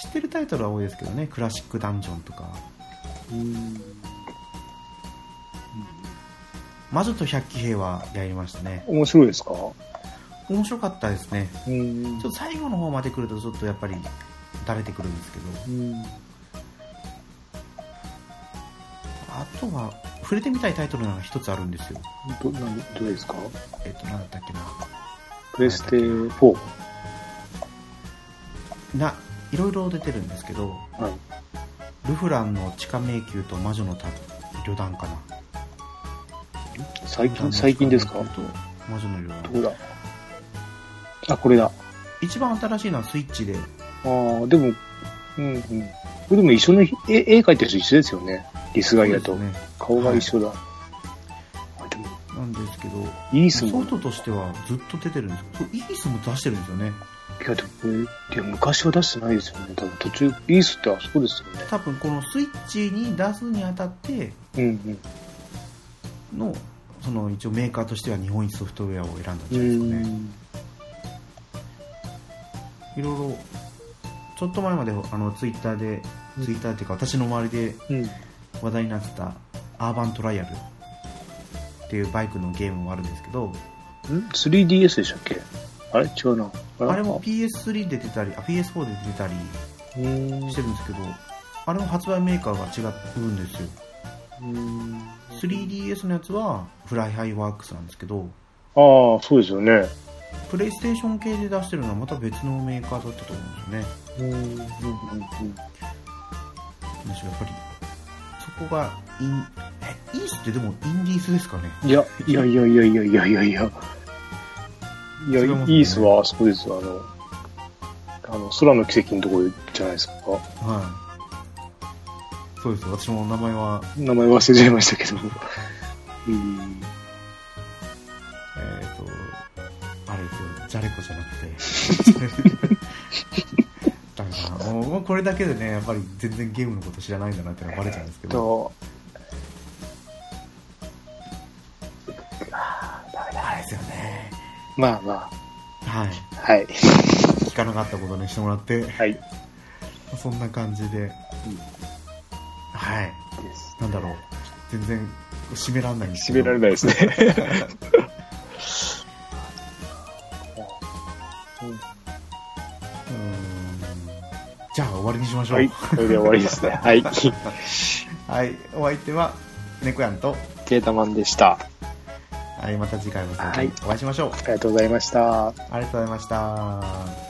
Speaker 1: 知ってるタイトルは多いですけどねクラシックダンジョンとか
Speaker 2: うん。
Speaker 1: 魔女と百鬼兵はやりましたね
Speaker 2: 面白いですか
Speaker 1: 面白かったですね
Speaker 2: うん
Speaker 1: ちょっと最後の方まで来るとちょっとやっぱりだれてくるんですけど
Speaker 2: うん。
Speaker 1: あとは触れてみたいタイトルなのが一つあるんですよ。
Speaker 2: ど、なんどれですか
Speaker 1: えっと、なんだったっけな。
Speaker 2: プレステ4。
Speaker 1: ないろいろ出てるんですけど、
Speaker 2: はい
Speaker 1: ルフランの地下迷宮と魔女の旅旅団かな
Speaker 2: 最近、最近ですか
Speaker 1: ルフランの地下迷宮と魔女の旅団
Speaker 2: どうだあ、これだ。
Speaker 1: 一番新しいのはスイッチで
Speaker 2: ああ、でも、うんうん。これでも一緒の、絵、絵描いてる人一緒ですよね。リスガイア
Speaker 1: そ
Speaker 2: と。
Speaker 1: うですね
Speaker 2: 顔が一緒だ。あでも、
Speaker 1: なんですけど
Speaker 2: イース
Speaker 1: ソ
Speaker 2: も
Speaker 1: フ、トとしてはずっと出てるんですよそうイースも出してるんですよね
Speaker 2: いや、でもこれ、いや昔は出してないですよね。多分途中、イースってあそこですよね。
Speaker 1: 多分このスイッチに出すにあたって
Speaker 2: うん
Speaker 1: のその一応メーカーとしては日本一ソフトウェアを選んだん
Speaker 2: う
Speaker 1: じゃないです
Speaker 2: ん。
Speaker 1: か
Speaker 2: う
Speaker 1: ね
Speaker 2: ん。
Speaker 1: いろいろちょっと前まであのツイッターでツイッターっていうか私の周りで
Speaker 2: うん。
Speaker 1: 話題になってたアーバントライアルっていうバイクのゲームもあるんですけど
Speaker 2: ん 3DS でしたっけあれ違うな。あ
Speaker 1: あれも PS3 で出てたりあ PS4 で出てたり
Speaker 2: うん
Speaker 1: してるんですけどあれも発売メーカーが違うんですよ
Speaker 2: うん。
Speaker 1: 3DS のやつはフライハイワークスなんですけど
Speaker 2: ああ、そうですよね。
Speaker 1: プレイステーション系で出してるのはまた別のメーカーだったと思うんですよね
Speaker 2: うん。うん。うん。
Speaker 1: むしろやっぱりそこがインえイースってでもインディースですかね
Speaker 2: いや、いやいやいやいやいやいやいや。いや、
Speaker 1: 違
Speaker 2: イ
Speaker 1: いますね
Speaker 2: ースはあそこですよ。あの、あの空の奇跡のところじゃないですか。
Speaker 1: はいそうです私も名前は、
Speaker 2: 名前忘れちゃいましたけど。うん。
Speaker 1: えっとあれですよジャレコじゃなくて だからもうもうこれだけでねやっぱり全然ゲームのこと知らないんだなってのはバレちゃうんですけど、
Speaker 2: と、
Speaker 1: あれですよね
Speaker 2: まあま
Speaker 1: はい
Speaker 2: あ、はい。
Speaker 1: 聞かなかったことにしてもらって
Speaker 2: はい。で
Speaker 1: そんな感じで、はい
Speaker 2: す
Speaker 1: なんだろう全然締められないんですけど
Speaker 2: 締められないですね。
Speaker 1: うーんじゃあ終わりにしましょう
Speaker 2: はい。これで終わりですね。はい。
Speaker 1: はい、お相手は猫やんと、
Speaker 2: ケータマンでした。
Speaker 1: はい、また次回も
Speaker 2: はい
Speaker 1: お会いしましょう、
Speaker 2: ありがとうございました。
Speaker 1: ありがとうございました